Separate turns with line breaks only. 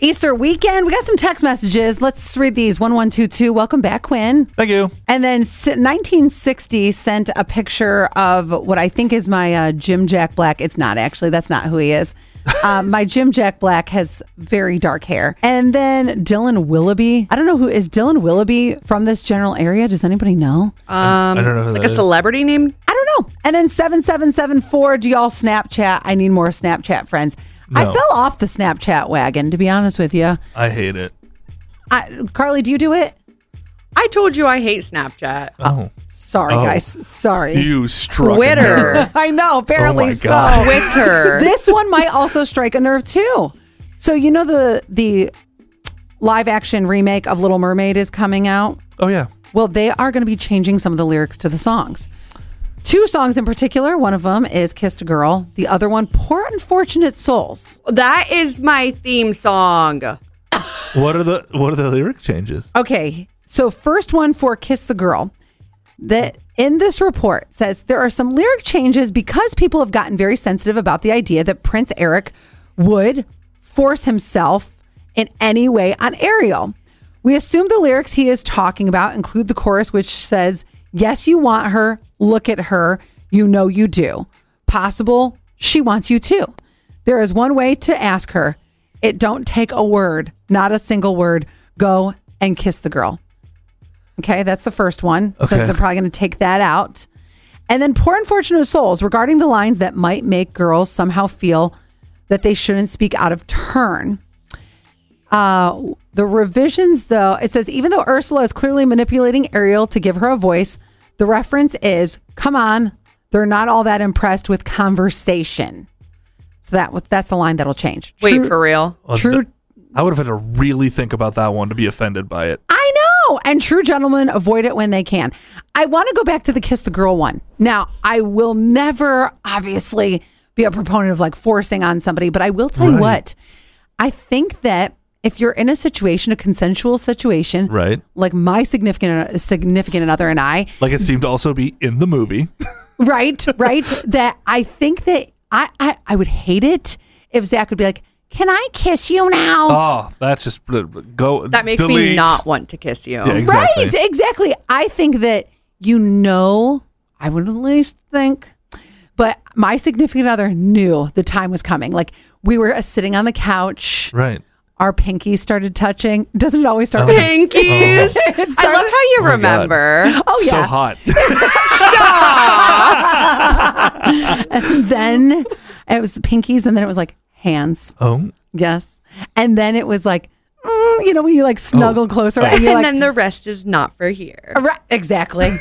Easter weekend. We got some text messages. Let's read these. 1122. Welcome back, Quinn.
Thank you.
And then s- 1960 sent a picture of what I think is my uh, Jim Jack Black. It's not actually. That's not who he is. Uh, my Jim Jack Black has very dark hair. And then Dylan Willoughby. I don't know who is Dylan Willoughby from this general area. Does anybody know?
I don't know who
Um, like
that
a
is.
celebrity named
I don't know. And then 7774, do y'all Snapchat? I need more Snapchat friends. I
No.
fell off the Snapchat wagon, to be honest with you.
I hate it.
I, Carly, do you do it?
I told you I hate Snapchat.
Oh,
Sorry,
Oh.
guys. Sorry.
you struck a nerve.
Twitter.
I know, apparently
Oh my
so.
God.
Twitter.
this one might also strike a nerve too. So you know the the live action remake of Little Mermaid is coming out.
Oh yeah.
Well, they are going to be changing some of the lyrics to the songs. Two songs in particular. One of them is "Kissed a Girl." The other one, "Poor Unfortunate Souls."
that is my theme song.
What are the What are the lyric changes?
Okay. So first one for Kiss the Girl. That in this report says there are some lyric changes because people have gotten very sensitive about the idea that Prince Eric would force himself in any way on Ariel. We assume the lyrics he is talking about include the chorus which says, "Yes, you want her. Look at her. You know you do. Possible she wants you too." There is one way to ask her. It don't take a word, not a single word. Go and kiss the girl. Okay, that's the first one. So
Okay.
they're probably going to take that out. And then poor unfortunate souls regarding the lines that might make girls somehow feel that they shouldn't speak out of turn. Uh, the revisions, though, it says even though Ursula is clearly manipulating Ariel to give her a voice, the reference is come on, they're not all that impressed with conversation. So that was that's the line that'll change.
Wait,
True-
for real?
Oh,
True.
th- I would have had to really think about that one to be offended by it.
I know. And true gentlemen avoid it when they can. I want to go back to the kiss the girl one. Now, I will never obviously be a proponent of like forcing on somebody, but I will tell you
Right.
what. I think that if you're in a situation, a consensual situation,
Right.
like my significant significant other and I,
Like it seemed to also be in the movie.
right, right, that I think that I, I I would hate it if Zach would be like, "Can I kiss you now?"
oh, that's just bl- bl- go.
That makes me
delete.
not want to kiss you.
Yeah, exactly.
Right, exactly. I think that you know, I would at least think, but my significant other knew the time was coming. Like we were uh, sitting on the couch,
Right.
our pinkies started touching. Doesn't it always start? with
Pinkies.
It
I love
started-
how you
my God.
remember.
Oh
So
yeah.
hot.
then it was the pinkies, and then it was like hands.
oh.
Yes, and then it was like, mm, you know, when you like snuggle closer, and you're
and
like,
then the rest is not for here.
Right, exactly.